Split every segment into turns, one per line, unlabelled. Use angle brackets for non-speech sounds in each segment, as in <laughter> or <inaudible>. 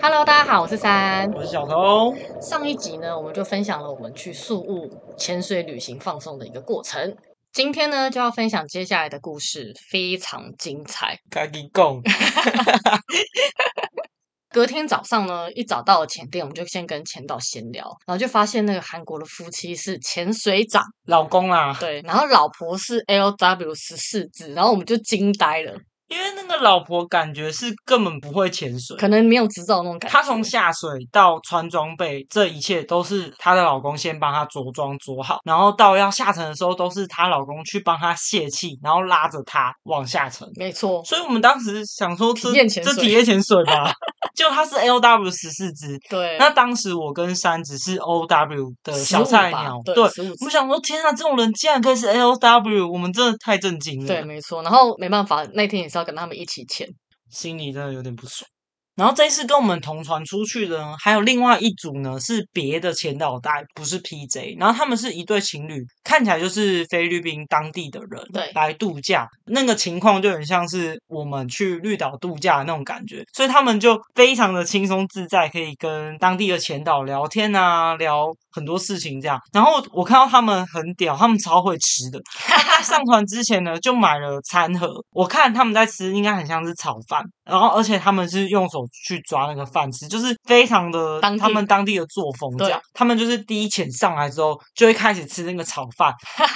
Hello，大家好，我是珊。
我是小童，
上一集呢，我们就分享了我们去宿务潜水旅行放松的一个过程。今天呢，就要分享接下来的故事，非常精彩。
开机
<laughs>
讲，
隔天早上呢，一早到了前店，我们就先跟前导闲聊，然后就发现那个韩国的夫妻是潜水长，
老公啦，
对，然后老婆是 LW 十四只，然后我们就惊呆了，
因为那个老婆感觉是根本不会潜水，
可能没有执照那种感觉。
她从下水到穿装备，这一切都是她的老公先帮她着装着好，然后到要下沉的时候，都是她老公去帮她泄气，然后拉着她往下沉。
没错，
所以我们当时想说这，
体验
这
潜水
体验潜水吧，就她是 L W 十四只。
对，
那当时我跟山只是 O W 的小
15
菜
吧
鸟，
对，15
对，我
只
们想说，天啊，这种人竟然可以是 L W，我们真的太震惊了。
对，没错。然后没办法，那天也是要跟他们一起潜。
心里真的有点不爽。然后这一次跟我们同船出去的呢，还有另外一组呢是别的前导带，不是 PJ。然后他们是一对情侣，看起来就是菲律宾当地的人，
对
来度假。那个情况就很像是我们去绿岛度假的那种感觉，所以他们就非常的轻松自在，可以跟当地的前导聊天啊，聊很多事情这样。然后我看到他们很屌，他们超会吃的，他上船之前呢，就买了餐盒。我看他们在吃，应该很像是炒饭，然后而且他们是用手去抓那个饭吃，就是非常的
当地
他们当地的作风这样
对。
他们就是第一潜上来之后，就会开始吃那个炒饭。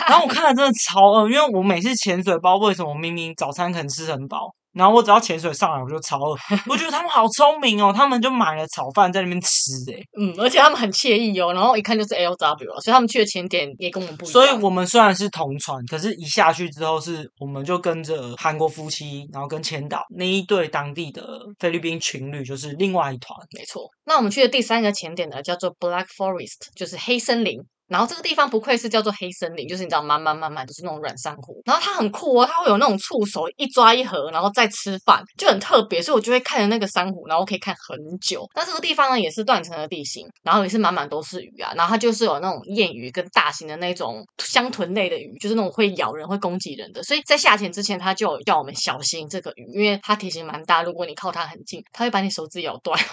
然后我看了真的超饿，因为我每次潜水，不知道为什么明明早餐可能吃很饱。然后我只要潜水上来，我就超饿。我觉得他们好聪明哦，他们就买了炒饭在那边吃、欸，
嗯，而且他们很惬意哦，然后一看就是 L W 了，所以他们去的前点也跟我们不一样。
所以我们虽然是同船，可是一下去之后是，我们就跟着韩国夫妻，然后跟千岛那一对当地的菲律宾情侣，就是另外一团。
没错。那我们去的第三个前点呢，叫做 Black Forest，就是黑森林。然后这个地方不愧是叫做黑森林，就是你知道，慢慢慢慢就是那种软珊瑚。然后它很酷哦，它会有那种触手一抓一盒，然后再吃饭，就很特别。所以我就会看着那个珊瑚，然后可以看很久。那这个地方呢，也是断层的地形，然后也是满满都是鱼啊。然后它就是有那种燕鱼跟大型的那种香豚类的鱼，就是那种会咬人、会攻击人的。所以在下潜之前，它就有叫我们小心这个鱼，因为它体型蛮大，如果你靠它很近，它会把你手指咬断。 <laughs>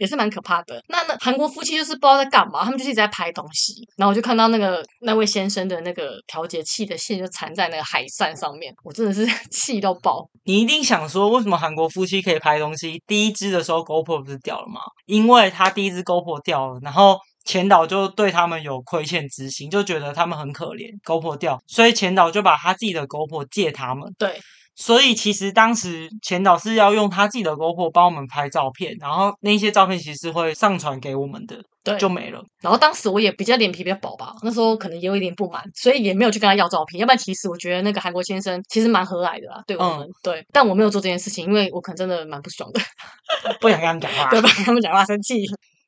也是蛮可怕的。那那韩国夫妻就是不知道在干嘛，他们就是一直在拍东西，然后我就看到那个那位先生的那个调节器的线就缠在那个海扇上面，我真的是 <laughs> 气到爆。
你一定想说，为什么韩国夫妻可以拍东西？第一支的时候，GoPro 不是掉了吗？因为他第一支 GoPro 掉了，然后前导就对他们有亏欠之心，就觉得他们很可怜，GoPro 掉，所以前导就把他自己的 GoPro 借他们。
对，
所以其实当时前导是要用他自己的 GoPro 帮我们拍照片，然后那些照片其实会上传给我们的，
对
就没了。
然后当时我也比较脸皮比较薄吧，那时候可能也有一点不满，所以也没有去跟他要照片。要不然其实我觉得那个韩国先生其实蛮和蔼的啦，对我
嗯
们、对，但我没有做这件事情，因为我可能真的蛮不爽的。
不想跟他们讲话。
对吧？ <laughs> 他们讲话生气。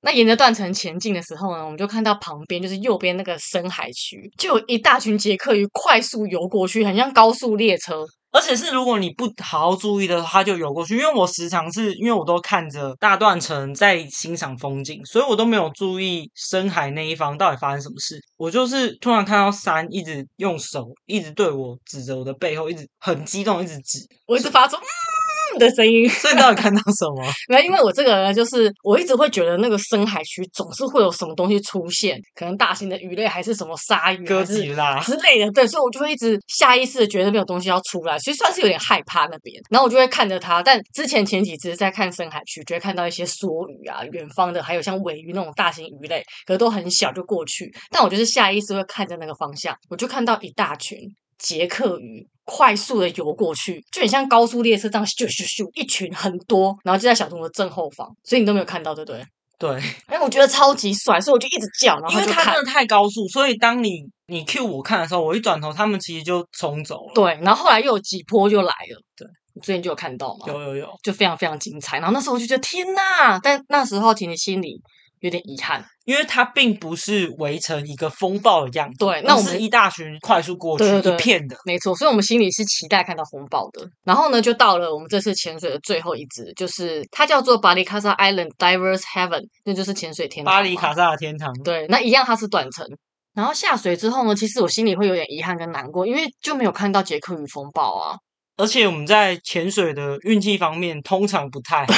那沿着断层前进的时候呢，我们就看到旁边就是右边那个深海区，就有一大群捷克鱼快速游过去，很像高速列车。
而且是如果你不好好注意的话，它就游过去。因为我时常是因为我都看着大断层在欣赏风景，所以我都没有注意深海那一方到底发生什么事。我就是突然看到山一直用手一直对我指着我的背后，一直很激动，一直指。
我一直发出嗯的声音， <laughs>
所以到底看到什么？
没有，因为我这个人就是我一直会觉得那个深海区总是会有什么东西出现，可能大型的鱼类还是什么鲨鱼、
哥
还是
吉
<laughs>
拉。
啊之类的，对，所以我就会一直下意识的觉得没有东西要出来，所以算是有点害怕那边。然后我就会看着它，但之前前几只在看深海区，就会看到一些梭鱼啊、远方的，还有像尾鱼那种大型鱼类，可是都很小就过去。但我就是下意识会看着那个方向，我就看到一大群捷克鱼。快速的游过去，就很像高速列车这样咻咻咻，一群很多，然后就在小童的正后方，所以你都没有看到，对不对？
对，
哎，我觉得超级帅，所以我就一直叫，然后
因为
就
它
看
真的太高速，所以当你你 Q 我看的时候，我一转头，他们其实就冲走了。
对，然后后来又有几波就来了。
对，
你最近就有看到嘛？
有有有，
就非常非常精彩。然后那时候我就觉得天呐！但那时候其实心里有点遗憾。
因为它并不是围成一个风暴的样子，
对，那
而
我
是
们
一大群快速过去
对对对
一片的。
没错，所以我们心里是期待看到风暴的。然后呢，就到了我们这次潜水的最后一支，就是它叫做巴黎卡萨 Island Divers Heaven，那就是潜水天堂。
巴黎卡。萨的天堂，
对，那一样它是短程。然后下水之后呢，其实我心里会有点遗憾跟难过，因为就没有看到杰克与风暴啊。
而且我们在潜水的运气方面通常不太好，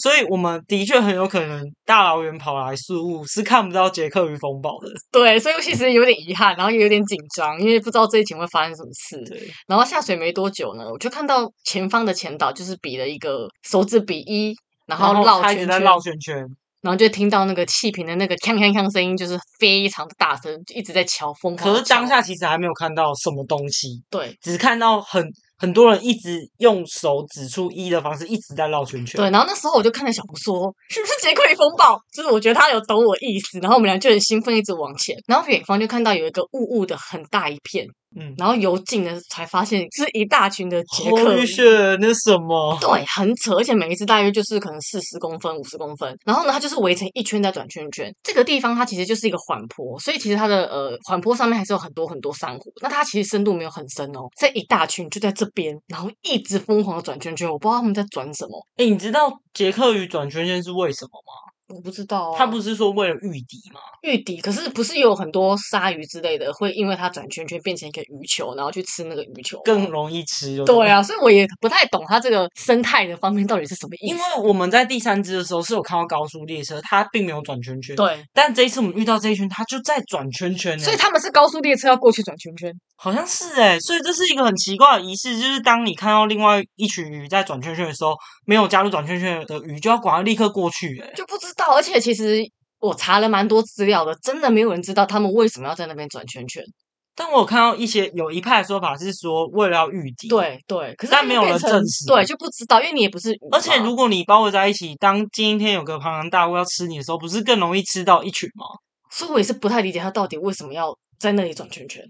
所以我们的确很有可能大老远跑来宿务是看不到杰克与风暴的。
对，所以我其实有点遗憾，然后也有点紧张，因为不知道这一集会发生什么事。
对，
然后下水没多久呢，我就看到前方的前导就是比了一个手指比一，然后绕
他一
圈
直
圈，
在绕圈圈，
然后就听到那个气瓶的那个锵锵锵声音，就是非常的大声，就一直在敲，疯狂。
可是当下其实还没有看到什么东西，
对
只看到很很多人一直用手指出一的方式一直在绕圈圈。
对，然后那时候我就看着小红说，是不是杰克与风暴？就是我觉得他有懂我意思，然后我们俩就很兴奋，一直往前。然后远方就看到有一个雾雾的很大一片，
嗯，
然后游近了才发现是一大群的杰克
红
鱼。
血那什么？
对，很扯，而且每一只大约就是可能四十公分、五十公分，然后呢，它就是围成一圈在转圈圈。这个地方它其实就是一个缓坡，所以其实它的呃缓坡上面还是有很多很多珊瑚。那它其实深度没有很深哦，这一大群就在这边，然后一直疯狂的转圈圈，我不知道他们在转什么，
哎、你知道杰克鱼转圈圈是为什么吗？
我不知道、啊。
他不是说为了御敌吗？
玉底，可是不是有很多鲨鱼之类的会因为它转圈圈变成一个鱼球，然后去吃那个鱼球吗？
更容易吃就
<laughs> 对
了。
啊，所以我也不太懂它这个生态的方面到底是什么意思。
因为我们在第三只的时候是有看到高速列车，它并没有转圈圈。，
对，
但这一次我们遇到这一圈，它就在转圈圈呢。
所以他们是高速列车要过去转圈圈。
好像是哎、所以这是一个很奇怪的仪式，就是当你看到另外一群鱼在转圈圈的时候，没有加入转圈圈的鱼就要赶快立刻过去哎、
就不知道。而且其实我查了蛮多资料的，真的没有人知道他们为什么要在那边转圈圈。
但我有看到一些有一派的说法是说为了要御敌，。
对对，可是
但
它
没
就
有
变
人
成
证实
对，就不知道，因为你也不是嗯鱼
而且
嘛
如果你包围在一起，当今天有个庞然大物要吃你的时候，不是更容易吃到一群吗？
所以我也是不太理解他到底为什么要在那里转圈圈。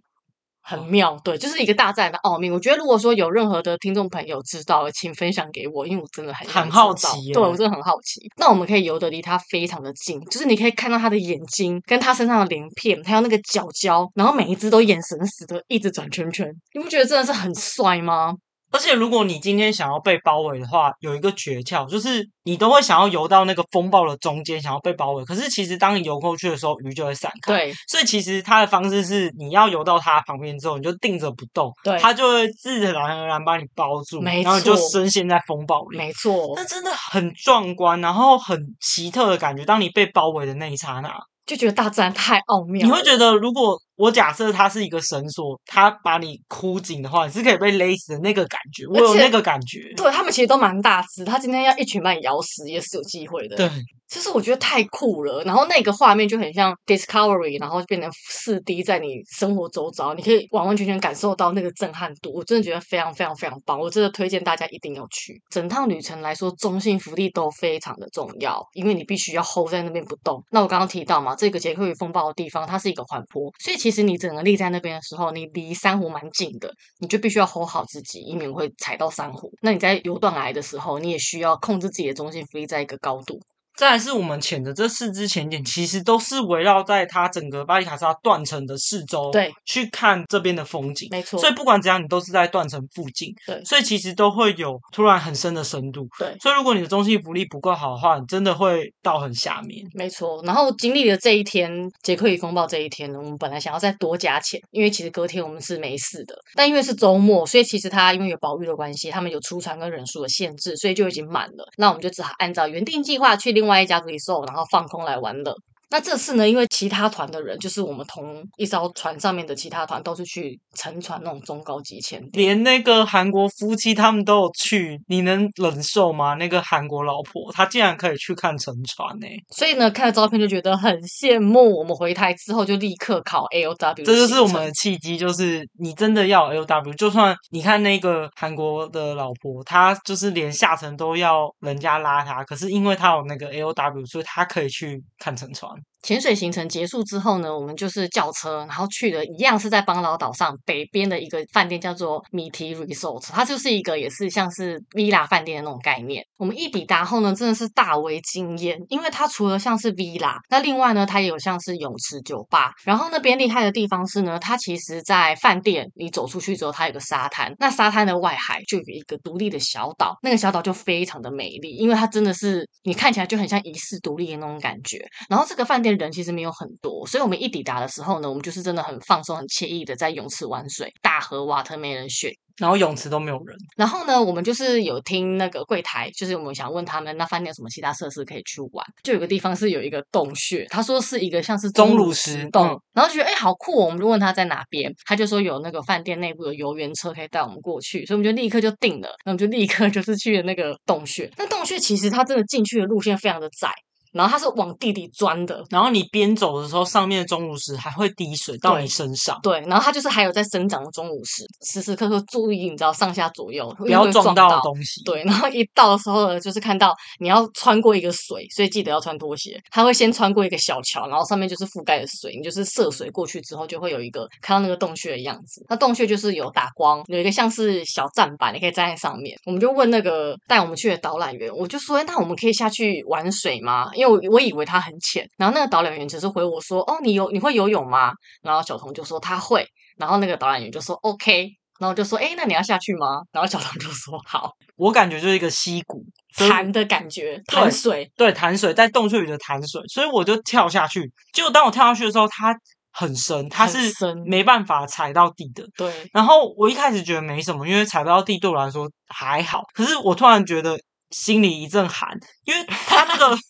很
哦
妙，对，就是一个大自然的奥秘。我觉得如果说有任何的听众朋友知道，请分享给我，因为我真的很
很
想
好
知道
奇耶
对我真的很好奇。那我们可以游得离它非常的近，就是你可以看到它的眼睛，跟它身上的鳞片，还有那个角胶，然后每一只都眼神死的一直转圈圈。你不觉得真的是很帅吗？
而且如果你今天想要被包围的话，有一个诀窍就是你都会想要游到那个风暴的中间，想要被包围。可是其实当你游过去的时候，鱼就会散开。
对，
所以其实它的方式是，你要游到它旁边之后，你就定着不动，
对
它就会自然而然把你包住，
没
然后你就
错
深陷在风暴里。
没错
那，真的很壮观，然后很奇特的感觉。当你被包围的那一刹那，
就觉得大自然太奥妙了。
你会觉得，如果我假设它是一个绳索，它把你箍紧的话，你是可以被勒死的那个感觉。我
而
有那
且
个感觉，
对他们其实都蛮大只，他今天要一群把你咬死也是有机会的。
对，
就是我觉得太酷了，然后那个画面就很像 Discovery，然后变成四 D 在你生活周遭，你可以完完全全感受到那个震撼度。我真的觉得非常非常非常棒，我真的推荐大家一定要去。整趟旅程来说，中性福利都非常的重要，因为你必须要 hold 在那边不动。那我刚刚提到嘛，这个杰克与风暴的地方，它是一个缓坡，所以其实你整个立在那边的时候，你离珊瑚蛮近的，你就必须要 hold 好自己，以免会踩到珊瑚。那你在游断崖的时候，你也需要控制自己的中性浮力在一个高度。
再来是我们潜的这四支潜点，其实都是围绕在它整个巴黎卡萨断层的四周，
对，
去看这边的风景。
没错，
所以不管怎样，你都是在断层附近，
对
所以其实都会有突然很深的深度，
对
所以如果你的中性浮力不够好的话，你真的会到很下面。
没错，然后经历了这一天，杰克与风暴这一天呢，我们本来想要再多加钱，因为其实隔天我们是没事的，但因为是周末，所以其实他因为有保育的关系，他们有出船跟人数的限制，所以就已经满了。那我们就只好按照原定计划去另外一家 resort，然后放空来玩乐。那这次呢，因为其他团的人，就是我们同一艘船上面的其他团，都是去乘船那种中高级潜点。
连那个韩国夫妻他们都有去，你能忍受吗？那个韩国老婆她竟然可以去看沉船欸呢、
所以呢，看了照片就觉得很羡慕。我们回台之后就立刻考 A O W，
这就是我们的契机，就是你真的要 L W，就算你看那个韩国的老婆，她就是连下层都要人家拉她，可是因为她有那个 L W，所以她可以去看沉船。
潜水行程结束之后呢，我们就是叫车，然后去了一样是在邦劳岛上北边的一个饭店，叫做米提 Resort，它就是一个也是像是 villa 饭店的那种概念。我们一抵达后呢，真的是大为惊艳，因为它除了像是 villa，那另外呢，它也有像是泳池、酒吧，然后那边厉害的地方是呢，它其实在饭店你走出去之后，它有个沙滩，那沙滩的外海就有一个独立的小岛，那个小岛就非常的美丽，因为它真的是你看起来就很像遗世独立的那种感觉。然后这个饭店现人其实没有很多，所以我们一抵达的时候呢，我们就是真的很放松、很惬意的在泳池玩水，大河瓦特没人雪。
然后泳池都没有人，
然后呢，我们就是有听那个柜台，就是我们想问他们那饭店有什么其他设施可以去玩，就有个地方是有一个洞穴，他说是一个像是
钟乳
乳
石
洞，
嗯
然后就觉得哎、好酷、哦，我们就问他在哪边，他就说有那个饭店内部有游园车可以带我们过去，所以我们就立刻就定了，那我们就立刻就是去了那个洞穴。那洞穴其实它真的进去的路线非常的窄，然后它是往地底钻的，
然后你边走的时候，上面的钟乳石还会滴水到
对
你身上，
对，然后它就是还有在生长的钟乳石，时时刻刻注意，你知道上下左右不
不要撞
到
到东西。
对，然后一到的时候呢，就是看到你要穿过一个水，所以记得要穿拖鞋。它会先穿过一个小桥，然后上面就是覆盖的水，你就是涉水过去之后，就会有一个看到那个洞穴的样子。那洞穴就是有打光，有一个像是小站板，你可以站在上面。我们就问那个带我们去的导览员，我就说，诶那我们可以下去玩水吗？因为我我以为它很浅。然后那个导览员只是回我说，哦，你游你会游泳吗？然后小童就说他会，然后那个导览员就说 OK。然后我就说，诶，那你要下去吗？然后小童就说好。
我感觉就是一个溪谷，所以
弹的感觉，
对
弹水，
对潭水在洞穴里的潭水，所以我就跳下去。结果当我跳下去的时候，它很深，它
很
是
深
没办法踩到地的。
对，
然后我一开始觉得没什么，因为踩不到地对我来说还好。可是我突然觉得心里一阵寒，因为它那个 <laughs>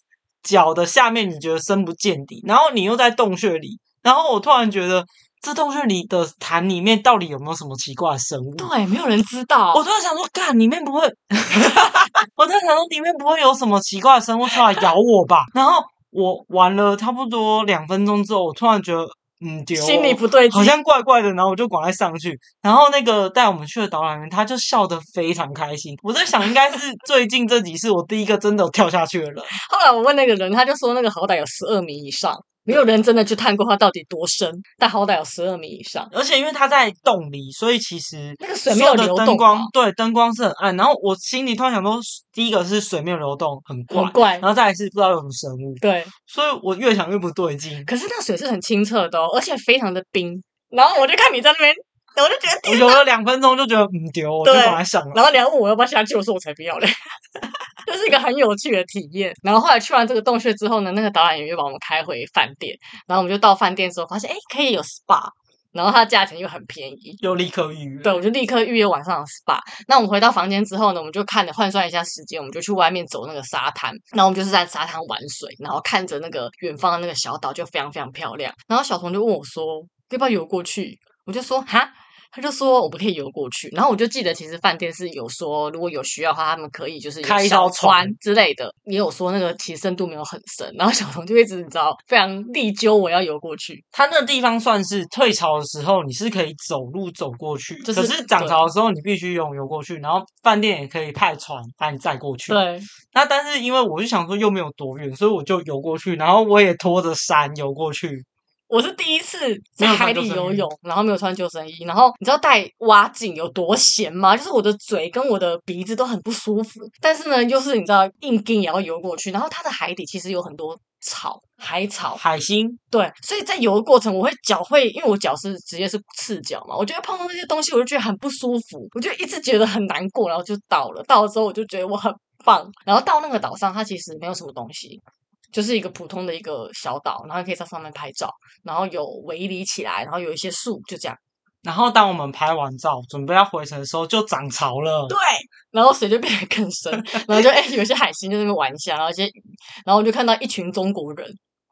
脚的下面你觉得深不见底，然后你又在洞穴里，然后我突然觉得这洞穴里的潭里面到底有没有什么奇怪的生物？
对，没有人知道，
我突然想说，干，里面不会， <laughs> 我突然想说，里面不会有什么奇怪的生物出来咬我吧？然后我玩了差不多两分钟之后，我突然觉得，嗯，丢，
心里不对劲
好，像怪怪的，然后我就赶快上去。然后那个带我们去的导览员，他就笑得非常开心。我在想，应该
<laughs>
是最近这集是我第一个真的跳下去的人。
后来我问那个人，他就说那个好歹有十二米以上，没有人真的去探过它到底多深，但好歹有十二米以上。
而且因为他在洞里，所以其实
那个水没
所
有
的
流
灯
动
光
吧
对灯光是很暗。然后我心里突然想说，第一个是水面流动很怪
很，怪
然，后再来是不知道有什么生物，
对，
所以我越想越不对劲。
可是那水是很清澈的、哦，而且非常的冰。然后我就看你在那边，我就觉得
我
天
游了两分钟就觉得嗯丢，我就
对
赶快上来。
然后你还问我要不要下去，我说我才不要嘞。 <laughs> 这是一个很有趣的体验。然后后来去完这个洞穴之后呢，那个导览员又把我们开回饭店，然后我们就到饭店之后发现，哎，可以有 SPA，然后它的价钱又很便宜。
又立刻预约，
对，我就立刻预约晚上的 SPA。那我们回到房间之后呢，我们就看了换算一下时间，我们就去外面走那个沙滩。那我们就是在沙滩玩水，然后看着那个远方的那个小岛，就非常非常漂亮。然后小童就问我说：“要不要游过去？”我就说：“哈。”他就说我们可以游过去，然后我就记得其实饭店是有说，如果有需要的话，他们可以就是有
开一
小
艘船
船之类的，也有说那个其实深度没有很深，然后小童就一直你知道非常力纠我要游过去，
它那个地方算是退潮的时候，你是可以走路走过去，
就
可
是
是涨
对
潮的时候你必须游游过去，然后饭店也可以派船把你载过去。，
对，
那但是因为我就想说又没有多远，所以我就游过去，然后我也拖着山游过去。
我是第一次
没
在
有穿
海
救
里
生
游
衣
泳，然后没有穿救生衣，然后你知道戴蛙镜有多咸吗？就是我的嘴跟我的鼻子都很不舒服，但是呢，就是你知道硬硬也要游过去，然后它的海底其实有很多草，海草，
海星
对，所以在游的过程，我会脚会，因为我脚是直接是赤脚嘛，我就会碰到那些东西，我就觉得很不舒服，我就一直觉得很难过，然后就倒了。到了之后，我就觉得我很棒。然后到那个岛上，它其实没有什么东西，就是一个普通的一个小岛，然后你可以在上面拍照，然后有围篱起来，然后有一些树，就这样。
然后当我们拍完照，准备要回程的时候，就涨潮了。
对，然后水就变得更深，然后就哎、有些海星就在那边玩一下，然后一些鱼，然后我就看到一群中国人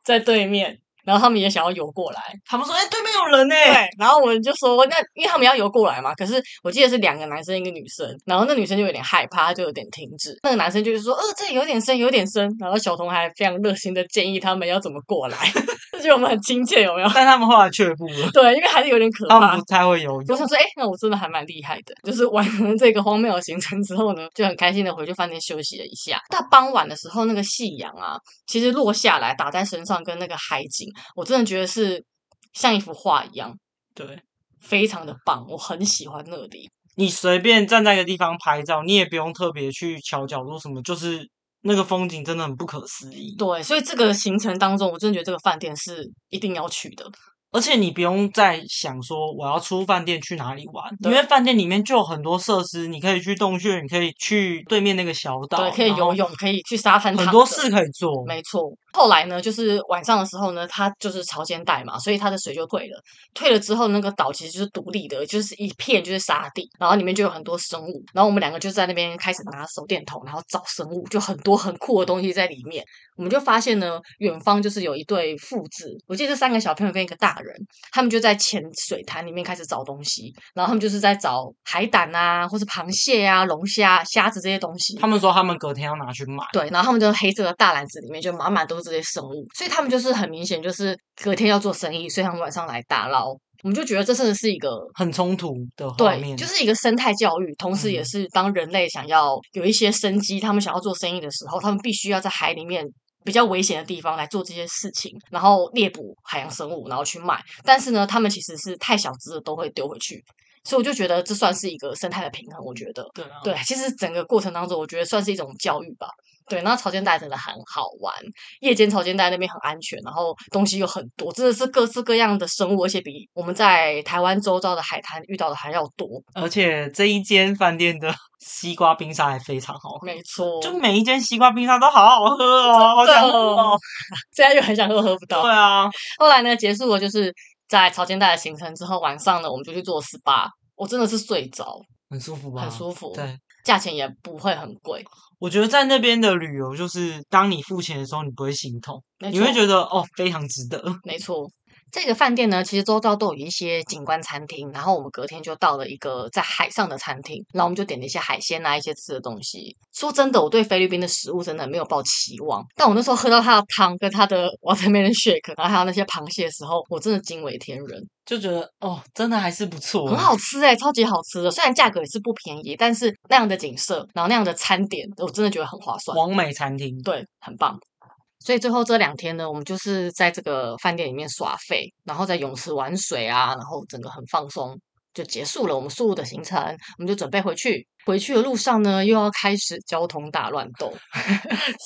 在对面，然后他们也想要游过来。
他们说：“哎、对面有人呢、
对， <laughs> 然后我们就说，那因为他们要游过来嘛，可是我记得是两个男生一个女生，然后那女生就有点害怕，她就有点停止。那个男生就是说，呃，这里有点深，有点深。然后小童还非常热心的建议他们要怎么过来，就觉得我们很亲切，有没有？
<laughs> 但他们后来却步了，
对，因为还是有点可
他们
怕
不。太会游
我
泳。
想说，哎、那我真的还蛮厉害的。就是完成这个荒谬的行程之后呢，就很开心的回去饭店休息了一下。到傍晚的时候，那个夕阳啊，其实落下来打在身上，跟那个海景，我真的觉得是像一幅画一样。
对
非常的棒，我很喜欢那里。
你随便站在一个地方拍照，你也不用特别去瞧角度什么，就是那个风景真的很不可思议。
对，所以这个行程当中，我真的觉得这个饭店是一定要去的。
而且你不用再想说我要出饭店去哪里玩，因
对
为饭店里面就有很多设施，你可以去洞穴，你可以去对面那个小岛，
对，可以
然
游
后
泳，可以去沙滩，
很多事，可以做。
没错。后来呢，就是晚上的时候呢，它就是潮间带嘛，所以它的水就退了。退了之后，那个岛其实就是独立的，就是一片就是沙地，然后里面就有很多生物。然后我们两个就在那边开始拿手电筒，然后找生物，就很多很酷的东西在里面。我们就发现呢，远方就是有一对父子，我记得是三个小朋友跟一个大人，他们就在浅水潭里面开始找东西，然后他们就是在找海胆啊，或是螃蟹啊、龙虾、虾子这些东西。
他们说他们隔天要拿去卖，
对，然后他们就黑色的大篮子里面就满满都是这些生物，所以他们就是很明显就是隔天要做生意，所以他们晚上来打捞。我们就觉得这真的是一个
很冲突的画
对，
面，
就是一个生态教育，同时也
嗯
是当人类想要有一些生机，他们想要做生意的时候，他们必须要在海里面。比较危险的地方来做这些事情，然后猎捕海洋生物，然后去卖。但是呢，他们其实是太小只的都会丢回去，所以我就觉得这算是一个生态的平衡。我觉得，
对啊，
对，其实整个过程当中，我觉得算是一种教育吧。对，那潮间带真的很好玩，夜间潮间带那边很安全，然后东西又很多，真的是各式各样的生物，而且比我们在台湾周遭的海滩遇到的还要多。
而且这一间饭店的西瓜冰沙还非常好喝，
没错，
就每一间西瓜冰沙都好好喝哦，好想喝哦，
现在就很想喝，喝不到。
对啊，
后来呢，结束了就是在潮间带的行程之后，晚上呢，我们就去做 SPA，我真的是睡着，
很舒服吧？
很舒服，
对，
价钱也不会很贵。
我觉得在那边的旅游，就是当你付钱的时候，你不会心痛，
没
你会
错
觉得哦，非常值得。 <laughs>
没错，这个饭店呢，其实周遭都有一些景观餐厅，然后我们隔天就到了一个在海上的餐厅，然后我们就点了一些海鲜啊，一些吃的东西。说真的，我对菲律宾的食物真的没有抱期望，但我那时候喝到它的汤跟它的 watermelon shake，然后还有那些螃蟹的时候，我真的惊为天人，
就觉得哦，真的还是不错，
很好吃哎、超级好吃的。虽然价格也是不便宜，但是那样的景色，然后那样的餐点，我真的觉得很划算。
完美餐厅，
对，很棒。所以最后这两天呢，我们就是在这个饭店里面耍废，然后在泳池玩水啊，然后整个很放松，就结束了我们宿务的行程。我们就准备回去，回去的路上呢，又要开始交通大乱斗。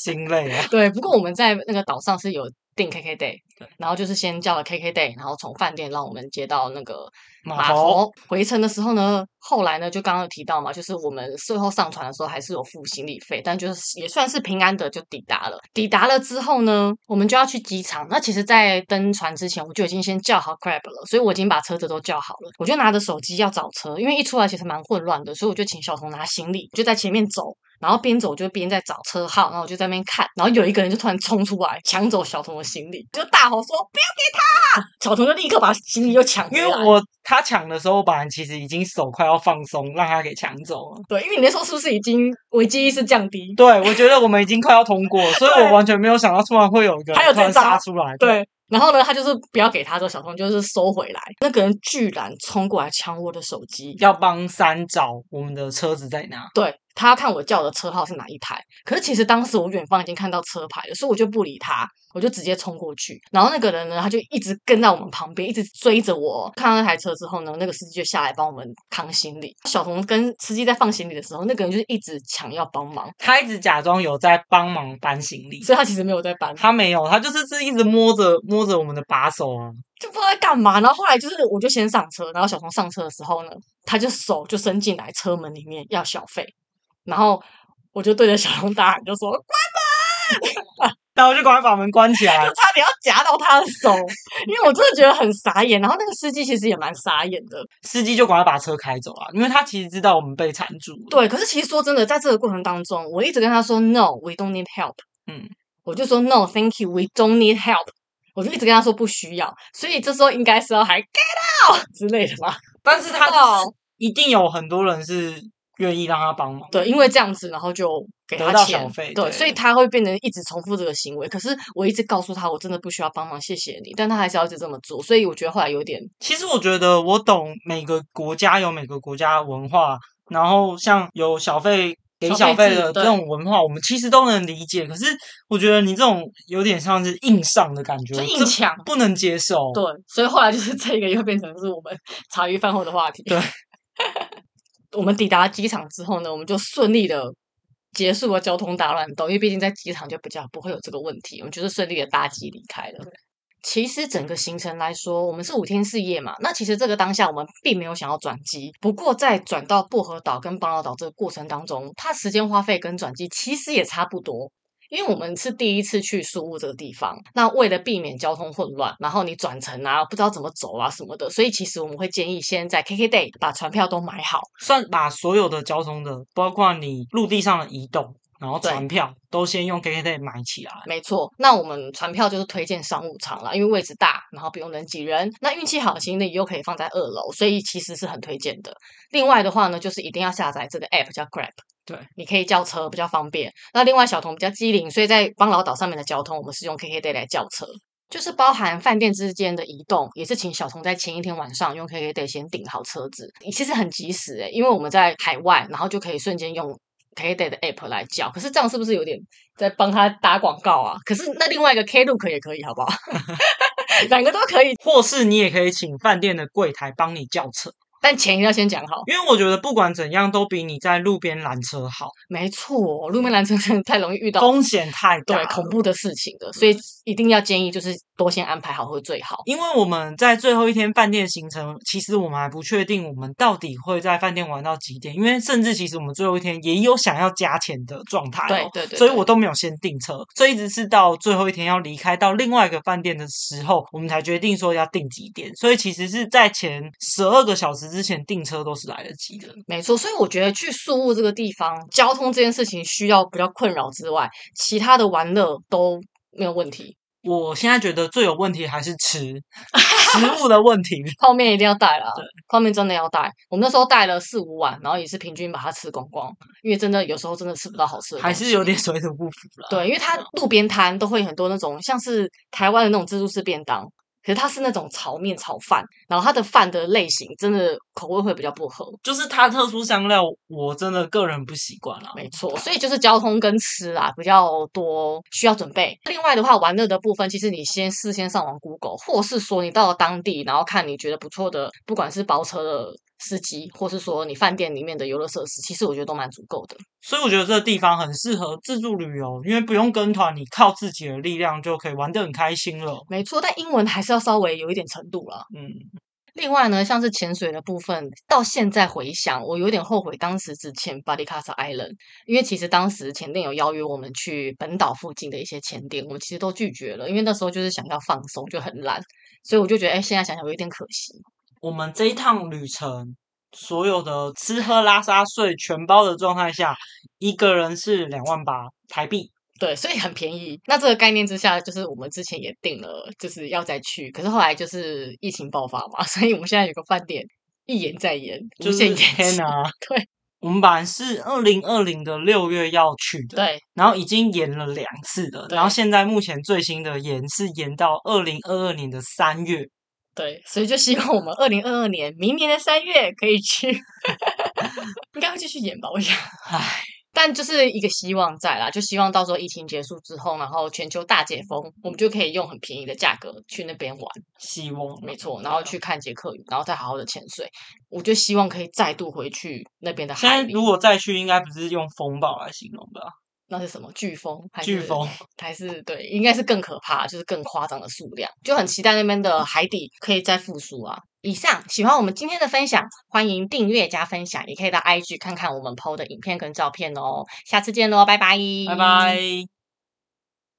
心累啊。
对，不过我们在那个岛上是有订 KK day，然后就是先叫了 KK day，然后从饭店让我们接到那个
码
码
头
头。回程的时候呢，后来呢，就刚刚有提到嘛，就是我们最后上船的时候还是有付行李费，但就是也算是平安的就抵达了。抵达了之后呢，我们就要去机场。那其实，在登船之前，我就已经先叫好 Grab 了，所以我已经把车子都叫好了。我就拿着手机要找车，因为一出来其实蛮混乱的，所以我就请小童拿行李，就在前面走。然后边走就边在找车号，然后我就在那边看，然后有一个人就突然冲出来抢走小童的行李，就大吼说：“不要给他！”小童就立刻把行李又抢回
因
来。
为我他抢的时候，我本来其实已经手快要放松，让他给抢走了。
对，因为你那时候是不是已经危机意识降低？
对，我觉得我们已经快要通过了，所以
<laughs> 对
我完全没有想到突然会有一个人
还有
突然
这招
杀出来。，
对。然后呢，他就是不要给他之后，小童就是收回来。那个人居然冲过来抢我的手机，
要帮三找我们的车子在哪。
对他要看我叫的车号是哪一台。可是其实当时我远方已经看到车牌了，所以我就不理他，我就直接冲过去。然后那个人呢，他就一直跟在我们旁边，一直追着我。看到那台车之后呢，那个司机就下来帮我们扛行李。小童跟司机在放行李的时候，那个人就是一直想要帮忙，
他一直假装有在帮忙搬行李，
所以他其实没有在搬。
他没有，他就是是一直摸着摸着我们的把手啊。
就不知道在干嘛。然后后来就是，我就先上车，然后小童上车的时候呢，他就手就伸进来车门里面要小费，然后我就对着小童大喊，就说
然后我就赶快把门关起来
就，差点要夹到他的手，因为我真的觉得很傻眼。然后那个司机其实也蛮傻眼的，
司机就赶快把车开走了，因为他其实知道我们被缠住了。
对。可是其实说真的，在这个过程当中，我一直跟他说 “No，we don't need help”，
嗯，
我就说 “No，thank you，we don't need help”，我就一直跟他说不需要。所以这时候应该是要喊 “Get out” 之类的吧？
但是他
哦
就是一定有很多人是愿意让他帮忙。
对，因为这样子，然后就给
得
他
到
钱，
小费
对，
对
所以他会变成一直重复这个行为。可是我一直告诉他，我真的不需要帮忙，谢谢你，但他还是要一直这么做，所以我觉得后来有点
其实我觉得我懂每个国家有每个国家的文化，然后像有小费给
小
小
费
费
制
的这
对
种文化，我们其实都能理解。可是我觉得你这种有点像是硬上的感觉，
就
我
硬
嗯这
抢
不能接受。
对，所以后来就是这个又变成是我们 <laughs> 茶余饭后的话题。
对，
我们抵达机场之后呢，我们就顺利的结束了交通大乱斗，因为毕竟在机场就比较不会有这个问题，我们就是顺利的搭机离开了。其实整个行程来说，我们是五天四夜嘛。那其实这个当下我们并没有想要转机，不过在转到薄荷岛跟邦劳岛这个过程当中，它时间花费跟转机其实也差不多。因为我们是第一次去宿务这个地方，那为了避免交通混乱，然后你转乘啊不知道怎么走啊什么的，所以其实我们会建议先在 KKday 把船票都买好，
算把所有的交通的，包括你陆地上的移动，然后
对
船票都先用 KKday 买起来。
没错，那我们船票就是推荐商务舱啦，因为位置大，然后不用人挤人。那运气好的行李又可以放在二楼，所以其实是很推荐的。另外的话呢，就是一定要下载这个 app 叫 Grab。
对，
你可以叫车比较方便。那另外小童比较机灵，所以在邦劳岛上面的交通，我们是用 KKday 来叫车，就是包含饭店之间的移动，也是请小童在前一天晚上用 KKday 先订好车子，其实很及时诶、因为我们在海外，然后就可以瞬间用 KKday 的 app 来叫。可是这样是不是有点在帮他打广告啊？可是那另外一个 Klook 也可以，好不好？ <laughs> 两个都可以，
或是你也可以请饭店的柜台帮你叫车，
但钱一定要先讲好。
因为我觉得不管怎样都比你在路边拦车好，
没错，哦路面拦车真的太容易遇到
风险太大
对
了。
恐怖的事情的，所以一定要建议就是多先安排好会最好。
因为我们在最后一天饭店行程，其实我们还不确定我们到底会在饭店玩到几点，因为甚至其实我们最后一天也有想要加钱的状态、哦
对对对
所以
对
我都没有先订车，所以一直是到最后一天要离开到另外一个饭店的时候，我们才决定说要订几点，所以其实是在前十二个小时之前订车都是来得及的。
没错，所以我觉得去宿务这个地方，交通这件事情需要比较困扰之外，其他的玩乐都没有问题。
我现在觉得最有问题还是吃食物的问
<laughs>
题，
泡面一定要带啦，泡面真的要带。我们那时候带了四五碗，然后也是平均把它吃光光，因为真的有时候真的吃不到好吃的东西，
还是有点水土不服了。
对，因为它路边摊都会很多那种像是台湾的那种自助式便当，可是它是那种炒面炒饭，然后它的饭的类型真的口味会比较不合，
就是它特殊香料，我真的个人不习惯啦。
没错，所以就是交通跟吃啊比较多需要准备。另外的话，玩乐的部分，其实你先事先上网 Google，或是说你到了当地，然后看你觉得不错的，不管是包车的司机，或是说你饭店里面的游乐设施，其实我觉得都蛮足够的。
所以我觉得这个地方很适合自助旅游，因为不用跟团，你靠自己的力量就可以玩得很开心了。
没错，但英文还是要稍微有一点程度啦。
嗯，
另外呢，像是潜水的部分，到现在回想，我有点后悔当时只潜巴迪卡萨 Island，因为其实当时前店有邀约我们去本岛附近的一些潜点，我们其实都拒绝了，因为那时候就是想要放松，就很懒，所以我就觉得，哎，现在想想有一点可惜。
我们这一趟旅程，所有的吃喝拉撒睡全包的状态下，一个人是两万八台币。
对，所以很便宜。那这个概念之下，就是我们之前也定了，就是要再去，可是后来就是疫情爆发嘛， <laughs> 所以我们现在有个饭店一延再延，无
就是
限延
天
期。
哪！
对
我们本来是二零二零的六月要去的，
对，
然后已经延了两次了，然后
对
现在目前最新的延是延到二零二二年的三月，
对，所以就希望我们二零二二年明年的三月可以
<laughs>
去，应该会继续演吧，我想。
唉，
但就是一个希望在啦，就希望到时候疫情结束之后，然后全球大解封，我们就可以用很便宜的价格去那边玩，
希望
没错，然后
啊
去看捷克语，然后再好好的潜水。我就希望可以再度回去那边的
现
海
在
里
如，果再去，应该不是用风暴来形容吧？
那是什么飓风还
飓
是
风，
还是对，应该是更可怕，就是更夸张的数量，就很期待那边的海底可以再复苏啊。以上喜欢我们今天的分享，欢迎订阅加分享，也可以到 IG 看看我们 PO 的影片跟照片哦。下次见喽，拜拜，
拜拜。